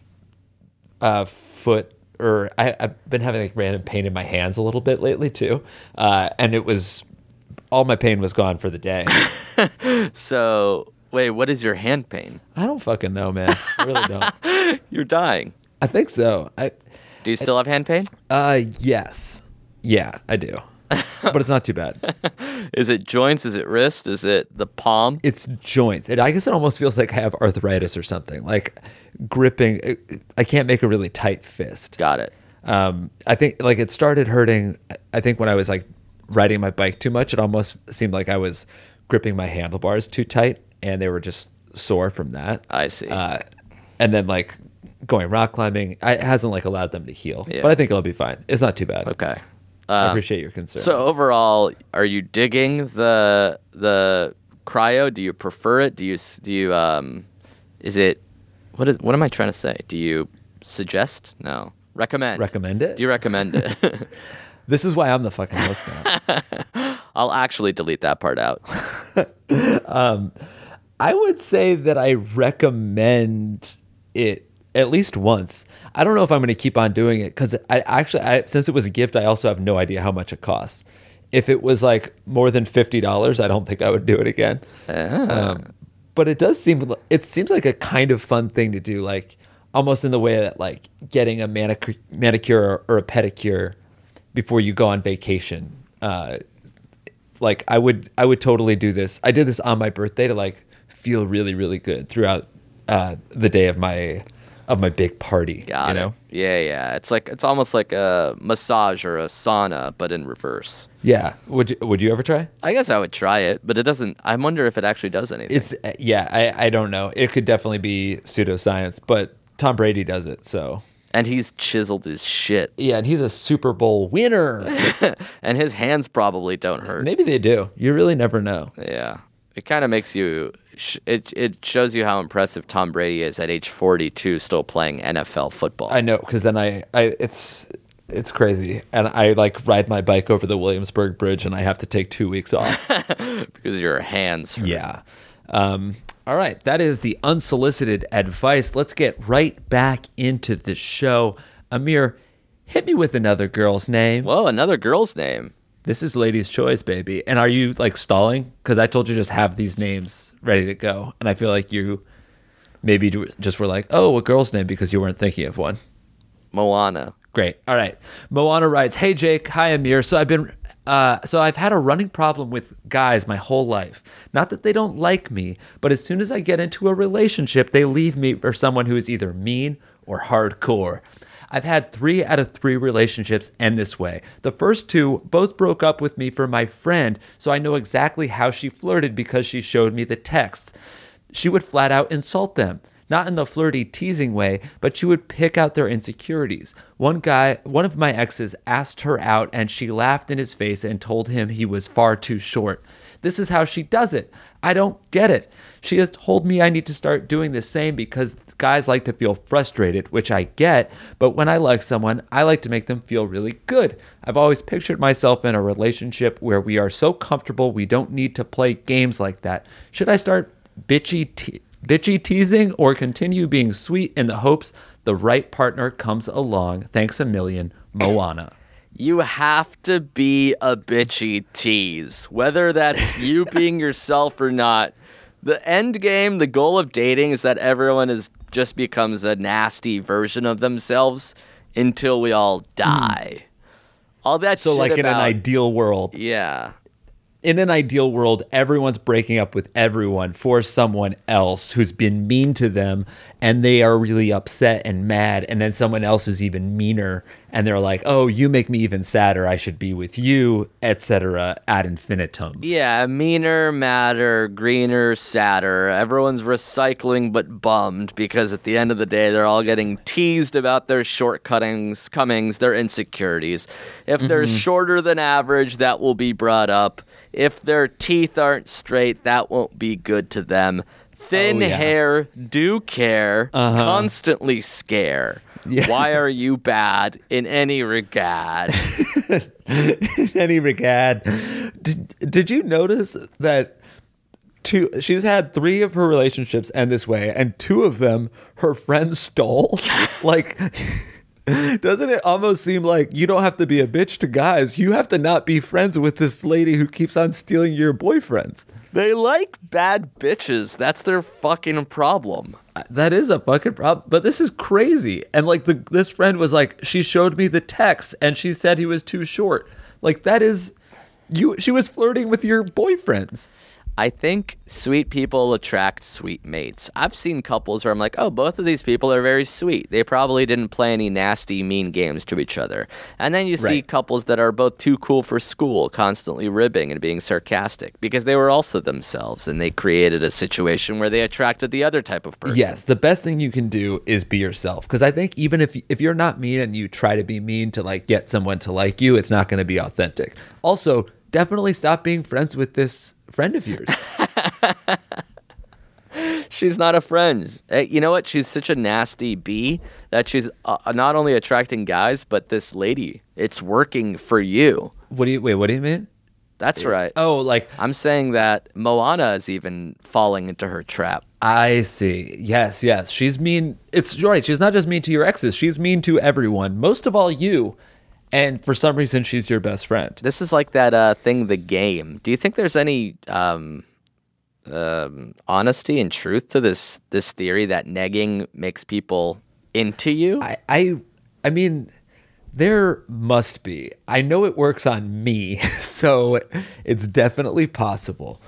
Speaker 2: uh, foot or I, I've been having like random pain in my hands a little bit lately too, uh, and it was all my pain was gone for the day.
Speaker 3: so, wait, what is your hand pain?
Speaker 2: I don't fucking know, man. I really don't.
Speaker 3: You're dying.
Speaker 2: I think so. I
Speaker 3: Do you still have hand pain?
Speaker 2: uh yes. Yeah, I do. but it's not too bad.
Speaker 3: Is it joints? Is it wrist? Is it the palm?
Speaker 2: It's joints. It I guess it almost feels like I have arthritis or something. Like gripping uh, I can't make a really tight fist.
Speaker 3: Got it.
Speaker 2: Um I think like it started hurting I think when I was like riding my bike too much, it almost seemed like I was gripping my handlebars too tight and they were just sore from that.
Speaker 3: I see.
Speaker 2: uh, and then like going rock climbing I, it hasn't like allowed them to heal
Speaker 3: Yeah.
Speaker 2: but i think it'll be fine it's not too bad
Speaker 3: okay. Um,
Speaker 2: i appreciate your concern
Speaker 3: So overall, are you digging the the cryo? Do you prefer it? Do you s- do you um is it what is what am I trying to say? Do you suggest? No. Recommend.
Speaker 2: Recommend it?
Speaker 3: Do you recommend it?
Speaker 2: this is why i'm the fucking host now
Speaker 3: I'll actually delete that part out.
Speaker 2: i would say that i recommend it at least once i don't know if i'm going to keep on doing it because i actually I, since it was a gift i also have no idea how much it costs if it was like more than $50 i don't think i would do it again Um, but it does seem li- it seems like a kind of fun thing to do, like almost in the way that like getting a manicure, manicure or, or a pedicure before you go on vacation, uh, like I would I would totally do this. I did this on my birthday to like feel really really good throughout uh, the day of my of my big party.
Speaker 3: Got
Speaker 2: you
Speaker 3: it.
Speaker 2: know.
Speaker 3: Yeah, yeah. It's like it's almost like a massage or a sauna, but in reverse.
Speaker 2: Yeah. Would you, would you ever try?
Speaker 3: I guess I would try it, but it doesn't. I wonder if it actually does anything.
Speaker 2: It's uh, yeah. I I don't know. It could definitely be pseudoscience, but Tom Brady does it. So
Speaker 3: and he's chiseled as shit,
Speaker 2: yeah, and he's a Super Bowl winner.
Speaker 3: and his hands probably don't hurt.
Speaker 2: Maybe they do. You really never know.
Speaker 3: Yeah, it kind of makes you. sh- It it shows you how impressive Tom Brady is at age 42, still playing NFL football.
Speaker 2: I know because then I, I it's it's crazy, and I like ride my bike over the Williamsburg Bridge, and I have to take two weeks off.
Speaker 3: because your hands. Hurt.
Speaker 2: yeah. Um, all right, that is the unsolicited advice. Let's get right back into the show. Amir, hit me with another girl's name.
Speaker 3: Whoa, another girl's name.
Speaker 2: This is Lady's Choice, baby. And are you like stalling? Because I told you just have these names ready to go, and I feel like you maybe ju- just were like, oh, a girl's name because you weren't thinking of one.
Speaker 3: Moana.
Speaker 2: Great. All right. Moana writes, "Hey Jake, hi Amir. So I've been, uh, so I've had a running problem with guys my whole life. Not that they don't like me, but as soon as I get into a relationship, they leave me for someone who is either mean or hardcore. I've had three out of three relationships end this way. The first two both broke up with me for my friend, so I know exactly how she flirted because she showed me the texts." she would flat out insult them. Not in the flirty, teasing way, but she would pick out their insecurities. One guy, one of my exes, asked her out and she laughed in his face and told him he was far too short. This is how she does it. I don't get it. She has told me I need to start doing the same because guys like to feel frustrated, which I get, but when I like someone, I like to make them feel really good. I've always pictured myself in a relationship where we are so comfortable we don't need to play games like that. Should I start bitchy te- bitchy teasing or continue being sweet in the hopes the right partner comes along. Thanks a million, Moana.
Speaker 3: You have to be a bitchy tease, whether that's you being yourself or not. The end game, the goal of dating is that everyone is just becomes a nasty version of themselves until we all die. All that
Speaker 2: Hmm. So
Speaker 3: shit
Speaker 2: like in an
Speaker 3: about-
Speaker 2: ideal world,
Speaker 3: yeah,
Speaker 2: in an ideal world, everyone's breaking up with everyone for someone else who's been mean to them and they are really upset and mad and then someone else is even meaner and they're like, "Oh, you make me even sadder. I should be with you," etc. ad infinitum.
Speaker 3: yeah, meaner, madder, greener, sadder. Everyone's recycling but bummed because at the end of the day, they're all getting teased about their shortcomings, comings, their insecurities. If they're
Speaker 2: Mm-hmm.
Speaker 3: shorter than average, that will be brought up. If their teeth aren't straight, that won't be good to them. Thin
Speaker 2: Oh, yeah. Uh-huh.
Speaker 3: hair, do care, constantly scare. Why are you bad in any regard?
Speaker 2: any regard. Did, did you notice that two she's had three of her relationships end this way and two of them her friends stole? like doesn't it almost seem like you don't have to be a bitch to guys. You have to not be friends with this lady who keeps on stealing your boyfriends.
Speaker 3: They like bad bitches. That's their fucking problem.
Speaker 2: That is a fucking problem. But this is crazy. And like the this friend was like, she showed me the text and she said he was too short. Like that is you she was flirting with your boyfriends.
Speaker 3: I think sweet people attract sweet mates. I've seen couples where I'm like, oh, both of these people are very sweet. They probably didn't play any nasty, mean games to each other. And then you see
Speaker 2: Right.
Speaker 3: couples that are both too cool for school, constantly ribbing and being sarcastic because they were also themselves and they created a situation where they attracted the other type of person.
Speaker 2: Yes, the best thing you can do is be yourself because I think even if if you're not mean and you try to be mean to like get someone to like you, it's not going to be authentic. Also, definitely stop being friends with this friend of yours.
Speaker 3: She's not a friend. Eh, You know what? She's such a nasty bee that she's uh, not only attracting guys, but this lady. It's working for you.
Speaker 2: what do you wait? What do you mean?
Speaker 3: That's right.
Speaker 2: Oh, like
Speaker 3: I'm saying that Moana is even falling into her trap.
Speaker 2: I see. Yes, yes. She's mean. It's you're right. She's not just mean to your exes. She's mean to everyone. Most of all, you. And for some reason, she's your best friend.
Speaker 3: This is like that uh, thing, the game. Do you think there's any um, um, honesty and truth to this this theory that negging makes people into you?
Speaker 2: I, I, I mean, There must be. I know it works on me, so it's definitely possible.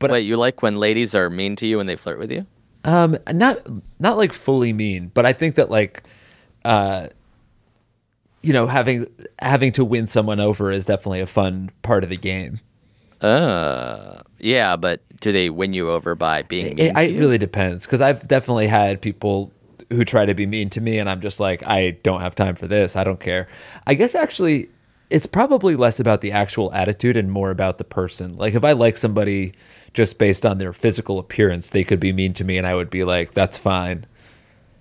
Speaker 2: But
Speaker 3: Wait, you like when ladies are mean to you and they flirt with you?
Speaker 2: um not not like fully mean but i think that like uh you know having having to win someone over is definitely a fun part of the game
Speaker 3: Uh, yeah, but do they win you over by being mean
Speaker 2: it, I-
Speaker 3: to
Speaker 2: it
Speaker 3: you?
Speaker 2: really depends because i've definitely had people who try to be mean to me and i'm just like i don't have time for this i don't care i guess actually it's probably less about the actual attitude and more about the person like if i like somebody just based on their physical appearance they could be mean to me and i would be like that's fine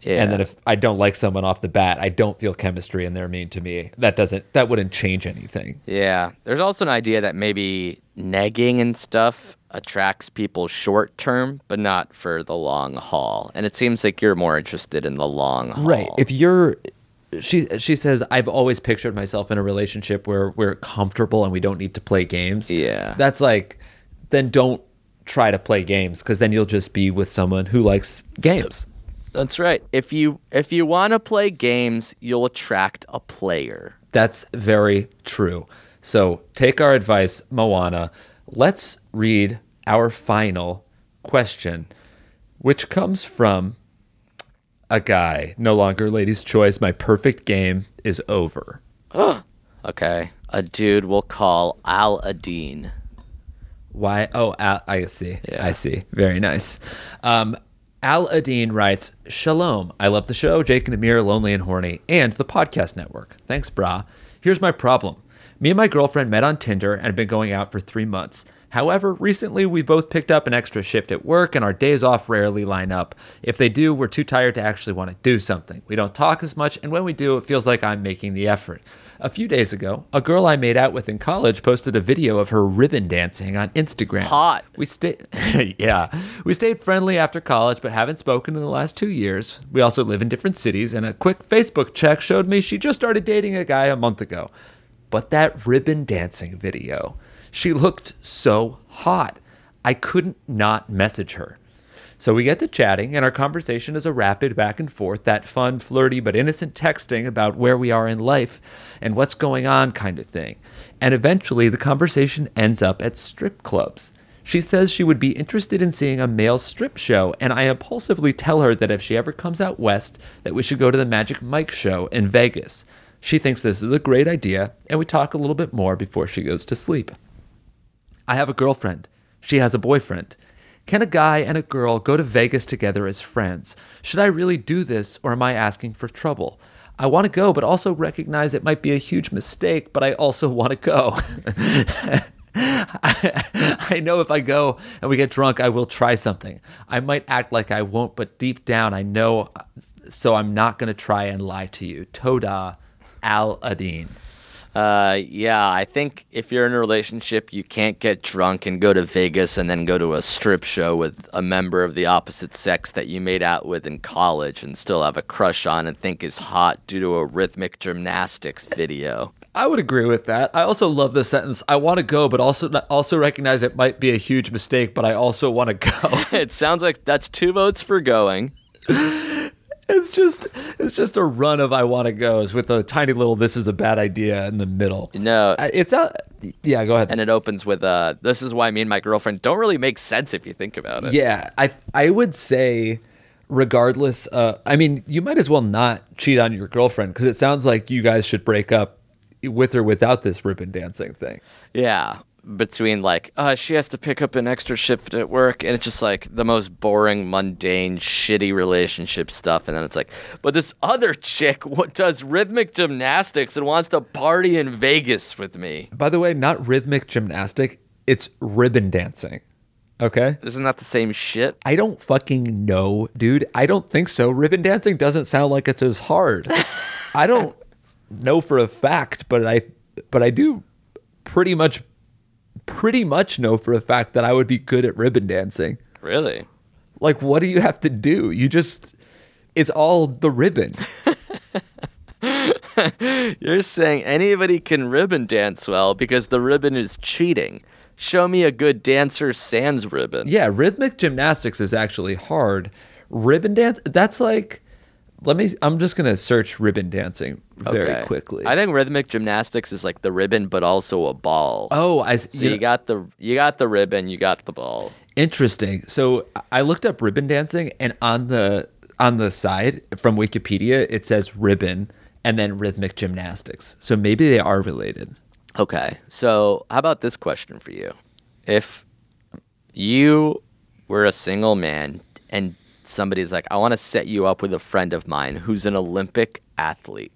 Speaker 3: yeah.
Speaker 2: And then if I don't like someone off the bat, I don't feel chemistry and they're mean to me. That doesn't that wouldn't change anything.
Speaker 3: Yeah. There's also an idea that maybe negging and stuff attracts people short term, but not for the long haul. And it seems like you're more interested in the long haul.
Speaker 2: If you're she she says I've always pictured myself in a relationship where we're comfortable and we don't need to play games.
Speaker 3: Yeah.
Speaker 2: That's like then don't try to play games cuz then you'll just be with someone who likes games.
Speaker 3: That's right. If you if you want to play games, you'll attract a player.
Speaker 2: That's very true. So take our advice, Moana. Let's read our final question, which comes from a guy, no longer Lady's Choice. My perfect game is over.
Speaker 3: Okay. A dude we'll call Al Adin.
Speaker 2: Why? Oh, Al, I see. I see. Very nice. Um, Al Adin writes, Shalom. I love the show, Jake and Amir, Lonely and Horny, and the podcast network. Thanks, brah. Here's my problem. Me and my girlfriend met on Tinder and have been going out for three months. However, recently we both picked up an extra shift at work and our days off rarely line up. If they do, we're too tired to actually want to do something. We don't talk as much, and when we do, it feels like I'm making the effort. A few days ago, a girl I made out with in college posted a video of her ribbon dancing on Instagram.
Speaker 3: Hot.
Speaker 2: We stayed, yeah, we stayed friendly after college, but haven't spoken in the last two years. We also live in different cities, and a quick Facebook check showed me she just started dating a guy a month ago. But that ribbon dancing video, she looked so hot, I couldn't not message her. So we get to chatting, and our conversation is a rapid back and forth, that fun, flirty, but innocent texting about where we are in life and what's going on kind of thing. And eventually, the conversation ends up at strip clubs. She says she would be interested in seeing a male strip show, and I impulsively tell her that if she ever comes out west, that we should go to the Magic Mike show in Vegas. She thinks this is a great idea, and we talk a little bit more before she goes to sleep. I have a girlfriend. She has a boyfriend. Can a guy and a girl go to Vegas together as friends? Should I really do this or am I asking for trouble? I want to go, but also recognize it might be a huge mistake, but I also want to go. I know if I go and we get drunk, I will try something. I might act like I won't, but deep down I know, uh, so I'm not going to try and lie to you. Toda Al Adin.
Speaker 3: Uh, yeah, I think if you're in a relationship, you can't get drunk and go to Vegas and then go to a strip show with a member of the opposite sex that you made out with in college and still have a crush on and think is hot due to a rhythmic gymnastics video.
Speaker 2: I would agree with that. I also love the sentence. I want to go, but also also recognize it might be a huge mistake. But I also want to go.
Speaker 3: It sounds like that's two votes for going.
Speaker 2: it's just it's just a run of I want to goes with a tiny little this is a bad idea in the middle.
Speaker 3: No.
Speaker 2: I- it's out. Yeah, go ahead.
Speaker 3: And it opens with uh, this is why me and my girlfriend don't really make sense if you think about it.
Speaker 2: Yeah, I I would say, regardless. Uh, I mean, you might as well not cheat on your girlfriend because it sounds like you guys should break up with or without this ribbon dancing thing.
Speaker 3: Yeah. Between like, uh, she has to pick up an extra shift at work, and it's just like the most boring, mundane, shitty relationship stuff. And then it's like, but this other chick what does rhythmic gymnastics and wants to party in Vegas with me.
Speaker 2: By the way, not rhythmic gymnastic. It's ribbon dancing. Okay.
Speaker 3: Isn't that the same shit?
Speaker 2: I don't fucking know, dude. I don't think so. Ribbon dancing doesn't sound like it's as hard. I don't know for a fact, but I but I do pretty much pretty much know for a fact that I would be good at ribbon dancing.
Speaker 3: Really?
Speaker 2: Like what do you have to do? You just it's all the ribbon.
Speaker 3: You're saying anybody can ribbon dance well because the ribbon is cheating. Show me a good dancer sans ribbon.
Speaker 2: Yeah, rhythmic gymnastics is actually hard. Ribbon dance that's like Let me. I'm just gonna search ribbon dancing very
Speaker 3: Okay.
Speaker 2: quickly.
Speaker 3: I think rhythmic gymnastics is like the ribbon, but also a ball.
Speaker 2: oh, I.
Speaker 3: so you, got the you got the ribbon, you got the ball.
Speaker 2: Interesting. So I looked up ribbon dancing, and on the on the side from Wikipedia, it says ribbon and then rhythmic gymnastics. So maybe they are related.
Speaker 3: Okay. So, how about this question for you? If you were a single man and somebody's like, I want to set you up with a friend of mine who's an Olympic athlete,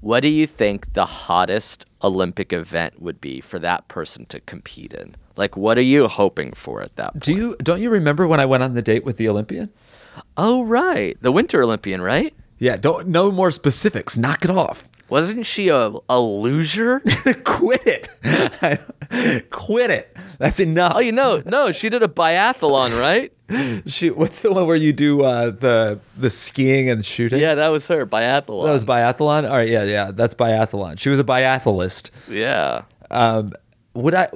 Speaker 3: what do you think the hottest Olympic event would be for that person to compete in? Like, what are you hoping for at that point?
Speaker 2: Do you don't you remember when I went on the date with the Olympian?
Speaker 3: Oh, right. The Winter Olympian, right?
Speaker 2: Yeah. Don't no more specifics. Knock it off.
Speaker 3: Wasn't she a, a loser?
Speaker 2: Quit it. Quit it. That's enough.
Speaker 3: oh, you know, no, she did a biathlon, right?
Speaker 2: She, what's the one where you do uh, the the skiing and shooting?
Speaker 3: yeah, that was her, biathlon.
Speaker 2: That was biathlon. All right, yeah, yeah, that's biathlon. She was a biathlonist.
Speaker 3: yeah.
Speaker 2: Um, would I?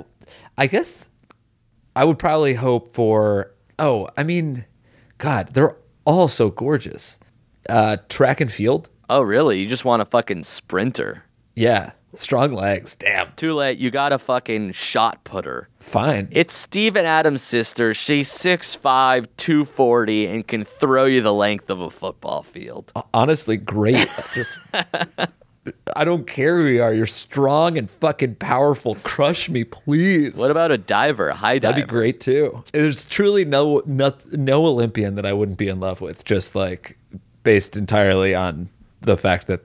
Speaker 2: I guess I would probably hope for. Oh, I mean, God, they're all so gorgeous. Uh, track and field,
Speaker 3: Oh, really? You just want a fucking sprinter.
Speaker 2: yeah, strong legs. Damn,
Speaker 3: Too late. You got a fucking shot putter.
Speaker 2: fine.
Speaker 3: It's Steven Adams' sister. She's 6'5, 240, and can throw you the length of a football field.
Speaker 2: honestly great. Just I don't care who you are. You're strong and fucking powerful. Crush me, please.
Speaker 3: What about a diver, a high diver?
Speaker 2: That'd be great too. There's truly no, no no Olympian that I wouldn't be in love with, just like based entirely on the fact that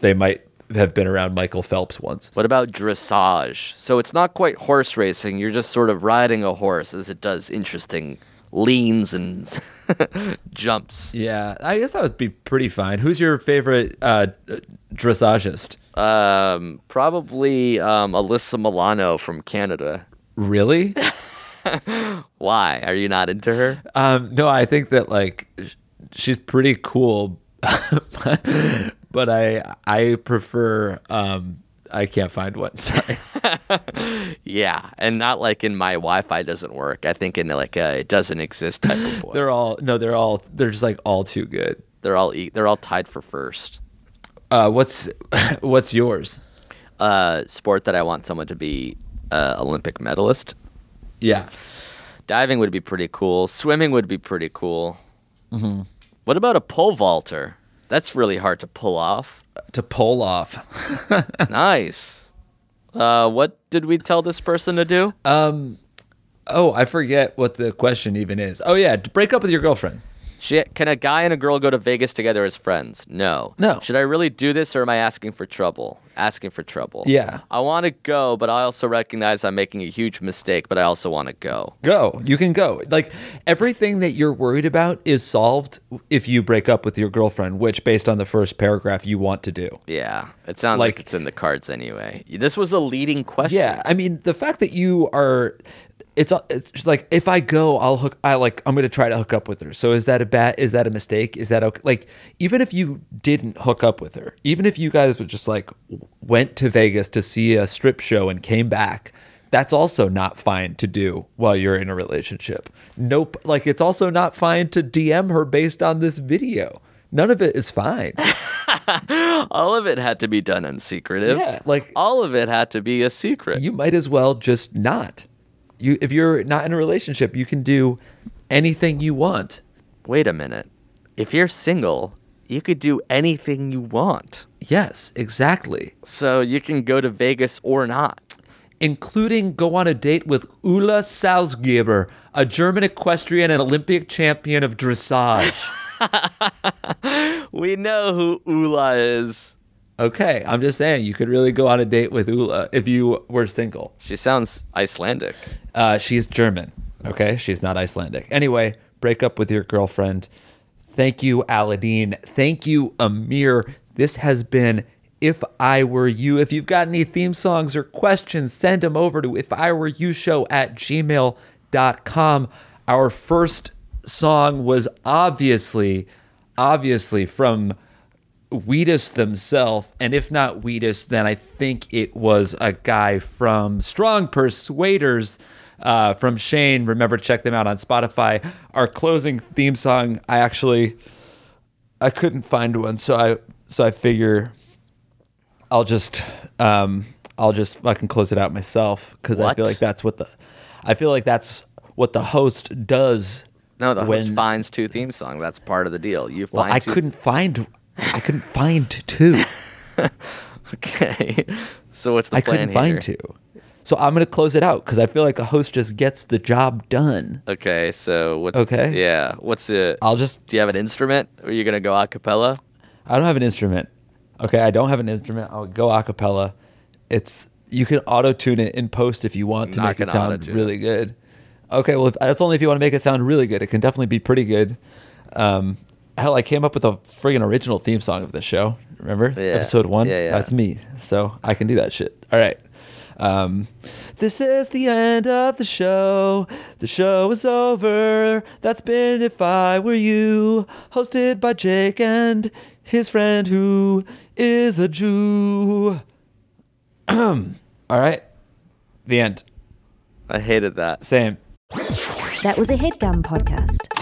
Speaker 2: they might have been around Michael Phelps once.
Speaker 3: What about dressage? So it's not quite horse racing. You're just sort of riding a horse as it does interesting leans and jumps.
Speaker 2: Yeah, I guess that would be pretty fine. Who's your favorite uh, dressagist?
Speaker 3: Um, probably um, Alyssa Milano from Canada.
Speaker 2: Really?
Speaker 3: Why? Are you not into her?
Speaker 2: Um, no, I think that like sh- she's pretty cool, but I I prefer um, I can't find one. Sorry.
Speaker 3: Yeah, and not like in my Wi-Fi doesn't work. I think in like a it doesn't exist type of way.
Speaker 2: they're all no, they're all they're just like all too good.
Speaker 3: they're all e- they're all tied for first.
Speaker 2: Uh, what's what's yours?
Speaker 3: Uh, sport that I want someone to be uh, Olympic medalist.
Speaker 2: Yeah,
Speaker 3: Diving would be pretty cool. Swimming would be pretty cool. What about a pole vaulter? That's really hard to pull off.
Speaker 2: to pull off.
Speaker 3: nice. Uh, what did we tell this person to do?
Speaker 2: Oh, I forget what the question even is. Oh yeah, to break up with your girlfriend.
Speaker 3: She, can a guy and a girl go to Vegas together as friends? No.
Speaker 2: No.
Speaker 3: Should I really do this or am I asking for trouble? Asking for trouble.
Speaker 2: Yeah.
Speaker 3: I want to go, but I also recognize I'm making a huge mistake, but I also want to go.
Speaker 2: Go, you can go. Like everything that you're worried about is solved if you break up with your girlfriend, which based on the first paragraph you want to do.
Speaker 3: Yeah. It sounds like,
Speaker 2: Like-
Speaker 3: it's in the cards anyway. This was a leading question.
Speaker 2: Yeah, I mean the fact that you are, it's it's just like if I go, I'll hook. I like I'm gonna try to hook up with her. So is that a bad? Is that a mistake? Is that okay? Like even if you didn't hook up with her, even if you guys were just like went to Vegas to see a strip show and came back. That's also not fine to do while you're in a relationship. Nope. Like, it's also not fine to DM her based on this video. None of it is fine.
Speaker 3: All of it had to be done unsecretive.
Speaker 2: Yeah, like-
Speaker 3: all of it had to be a secret.
Speaker 2: you might as well just not. You if you're not in a relationship, you can do anything you want.
Speaker 3: Wait a minute. If you're single, you could do anything you want.
Speaker 2: Yes, exactly.
Speaker 3: So you can go to Vegas or not.
Speaker 2: Including go on a date with Ula Salzgeber, a German equestrian and Olympic champion of dressage.
Speaker 3: We know who Ula is.
Speaker 2: okay, I'm just saying you could really go on a date with Ula if you were single.
Speaker 3: She sounds Icelandic.
Speaker 2: Uh, she's German. Okay, she's not Icelandic. Anyway, break up with your girlfriend. Thank you, Aladdin. Thank you, Amir. This has been If I Were You. If you've got any theme songs or questions, send them over to If I Were You Show at gmail.com. Our first song was obviously, obviously from Wheatus themselves, and if not Wheatus, then I think it was a guy from Strong Persuaders uh, from Shane. Remember, check them out on Spotify. Our closing theme song, I actually I couldn't find one, so I so I figure I'll just um I'll just fucking close it out myself because I
Speaker 3: What?
Speaker 2: feel like that's what the I feel like that's what the host does.
Speaker 3: No, the host
Speaker 2: When-
Speaker 3: finds two theme song. That's part of the deal. You find
Speaker 2: Well, I
Speaker 3: two
Speaker 2: couldn't find I couldn't find two.
Speaker 3: Okay. So what's the
Speaker 2: I
Speaker 3: plan
Speaker 2: couldn't find
Speaker 3: here?
Speaker 2: two. So I'm gonna close it out because I feel like a host just gets the job done.
Speaker 3: Okay, so what's
Speaker 2: Okay.
Speaker 3: Yeah. What's it?
Speaker 2: I'll just
Speaker 3: Do you have an instrument? Are you gonna go a cappella?
Speaker 2: I don't have an instrument. Okay, I don't have an instrument. I'll go a cappella. It's you can auto tune it in post if you want to
Speaker 3: Not
Speaker 2: make it
Speaker 3: gonna
Speaker 2: sound
Speaker 3: auto-tune
Speaker 2: really good. Okay, well if, that's only if you want to make it sound really good. It can definitely be pretty good. Um, hell, I came up with a friggin' original theme song of this show. Remember
Speaker 3: Yeah.
Speaker 2: episode one?
Speaker 3: Yeah, yeah.
Speaker 2: That's me, so I can do that shit. All right. Um, this is the end of the show. The show is over. That's been If I Were You, hosted by Jake and his friend who is a Jew. All right. The end.
Speaker 3: I hated that.
Speaker 2: Same.
Speaker 5: That was a headgum podcast.